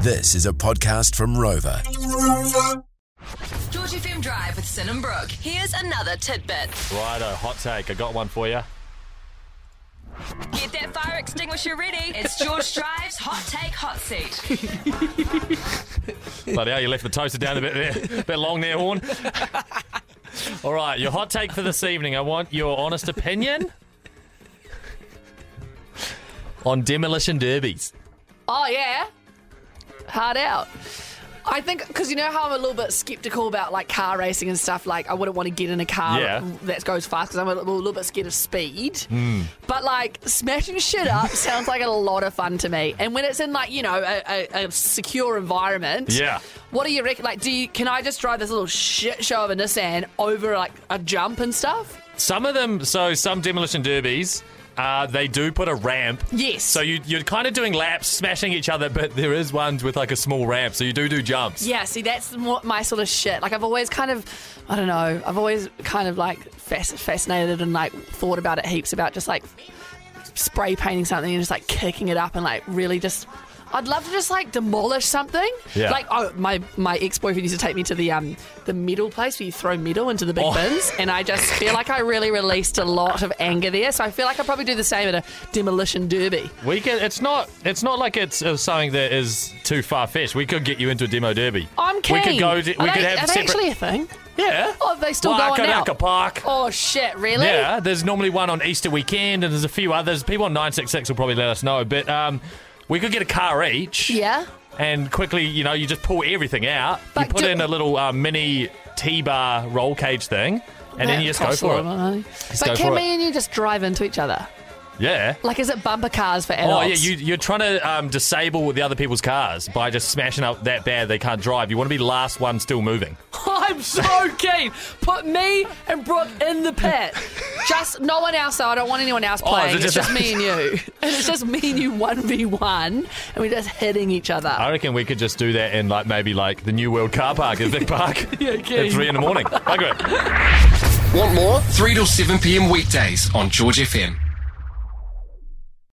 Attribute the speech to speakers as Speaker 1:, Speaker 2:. Speaker 1: This is a podcast from Rover.
Speaker 2: George FM Drive with Sin and Brooke. Here's another tidbit.
Speaker 3: Righto, hot take. I got one for you.
Speaker 2: Get that fire extinguisher ready. It's George Drive's hot take hot seat.
Speaker 3: Bloody hell, you left the toaster down a bit there, a bit long there, Horn. All right, your hot take for this evening. I want your honest opinion on demolition derbies.
Speaker 4: Oh yeah, hard out. I think because you know how I'm a little bit skeptical about like car racing and stuff. Like I wouldn't want to get in a car
Speaker 3: Yeah. Hmm.
Speaker 4: that goes fast because I'm a little, a little bit scared of speed. But like smashing shit up sounds like a lot of fun to me. And when it's in like you know a, a, a secure environment,
Speaker 3: Yeah.
Speaker 4: What do you reckon? Like, do you can I just drive this little shit show of a Nissan over like a jump and stuff?
Speaker 3: Some of them, so some demolition derbies, uh, they do put a ramp.
Speaker 4: Yes.
Speaker 3: So you, you're kind of doing laps, smashing each other, but there is ones with like a small ramp, so you do do jumps.
Speaker 4: Yeah, see, that's what my sort of shit. Like, I've always kind of, I don't know, I've always kind of like fasc- fascinated and like thought about it heaps about just like spray painting something and just like kicking it up and like really just. I'd love to just like demolish something.
Speaker 3: Yeah.
Speaker 4: Like, oh, my, my ex boyfriend used to take me to the um the metal place where you throw metal into the big
Speaker 3: Oh.
Speaker 4: bins, and I just feel like I really released a lot of anger there. So I feel like I probably do the same at a demolition derby.
Speaker 3: We can, it's not it's not like it's uh, something that is too far fetched. We could get you into a demo derby.
Speaker 4: I'm keen.
Speaker 3: We could go. To, we
Speaker 4: are
Speaker 3: could
Speaker 4: they,
Speaker 3: have
Speaker 4: are they
Speaker 3: separate.
Speaker 4: actually a thing?
Speaker 3: yeah.
Speaker 4: Oh, they still
Speaker 3: Waka
Speaker 4: going now?
Speaker 3: Naka Park.
Speaker 4: Oh shit! Really?
Speaker 3: Yeah, there's normally one on Easter weekend, and there's a few others. People on 966 will probably let us know, but um, we could get a car each.
Speaker 4: Yeah.
Speaker 3: And quickly, you know, you just pull everything out.
Speaker 4: But
Speaker 3: you put
Speaker 4: do-
Speaker 3: in a little uh, mini T bar roll cage thing, and then you just go for it. go
Speaker 4: but
Speaker 3: for
Speaker 4: can
Speaker 3: it.
Speaker 4: me and you just drive into each other?
Speaker 3: Yeah.
Speaker 4: Like, is it bumper cars for
Speaker 3: Oh
Speaker 4: adults?
Speaker 3: yeah, you, you're trying to um, disable the other people's cars by just smashing up that bad they can't drive. You want to be the last one still moving.
Speaker 4: I'm so keen. Put me and Brooke in the pit. Just no one else. Though I don't want anyone else
Speaker 3: Oh, is it
Speaker 4: playing. it's
Speaker 3: just-
Speaker 4: just me and you. And it's just me and you one v one, and we're just hitting each other.
Speaker 3: I reckon we could just do that in like maybe like the New World Car Park at Vic Park
Speaker 4: okay.
Speaker 3: at three in the morning. Bugger it.
Speaker 5: Want more? 3 till 7 p.m. weekdays on George FM.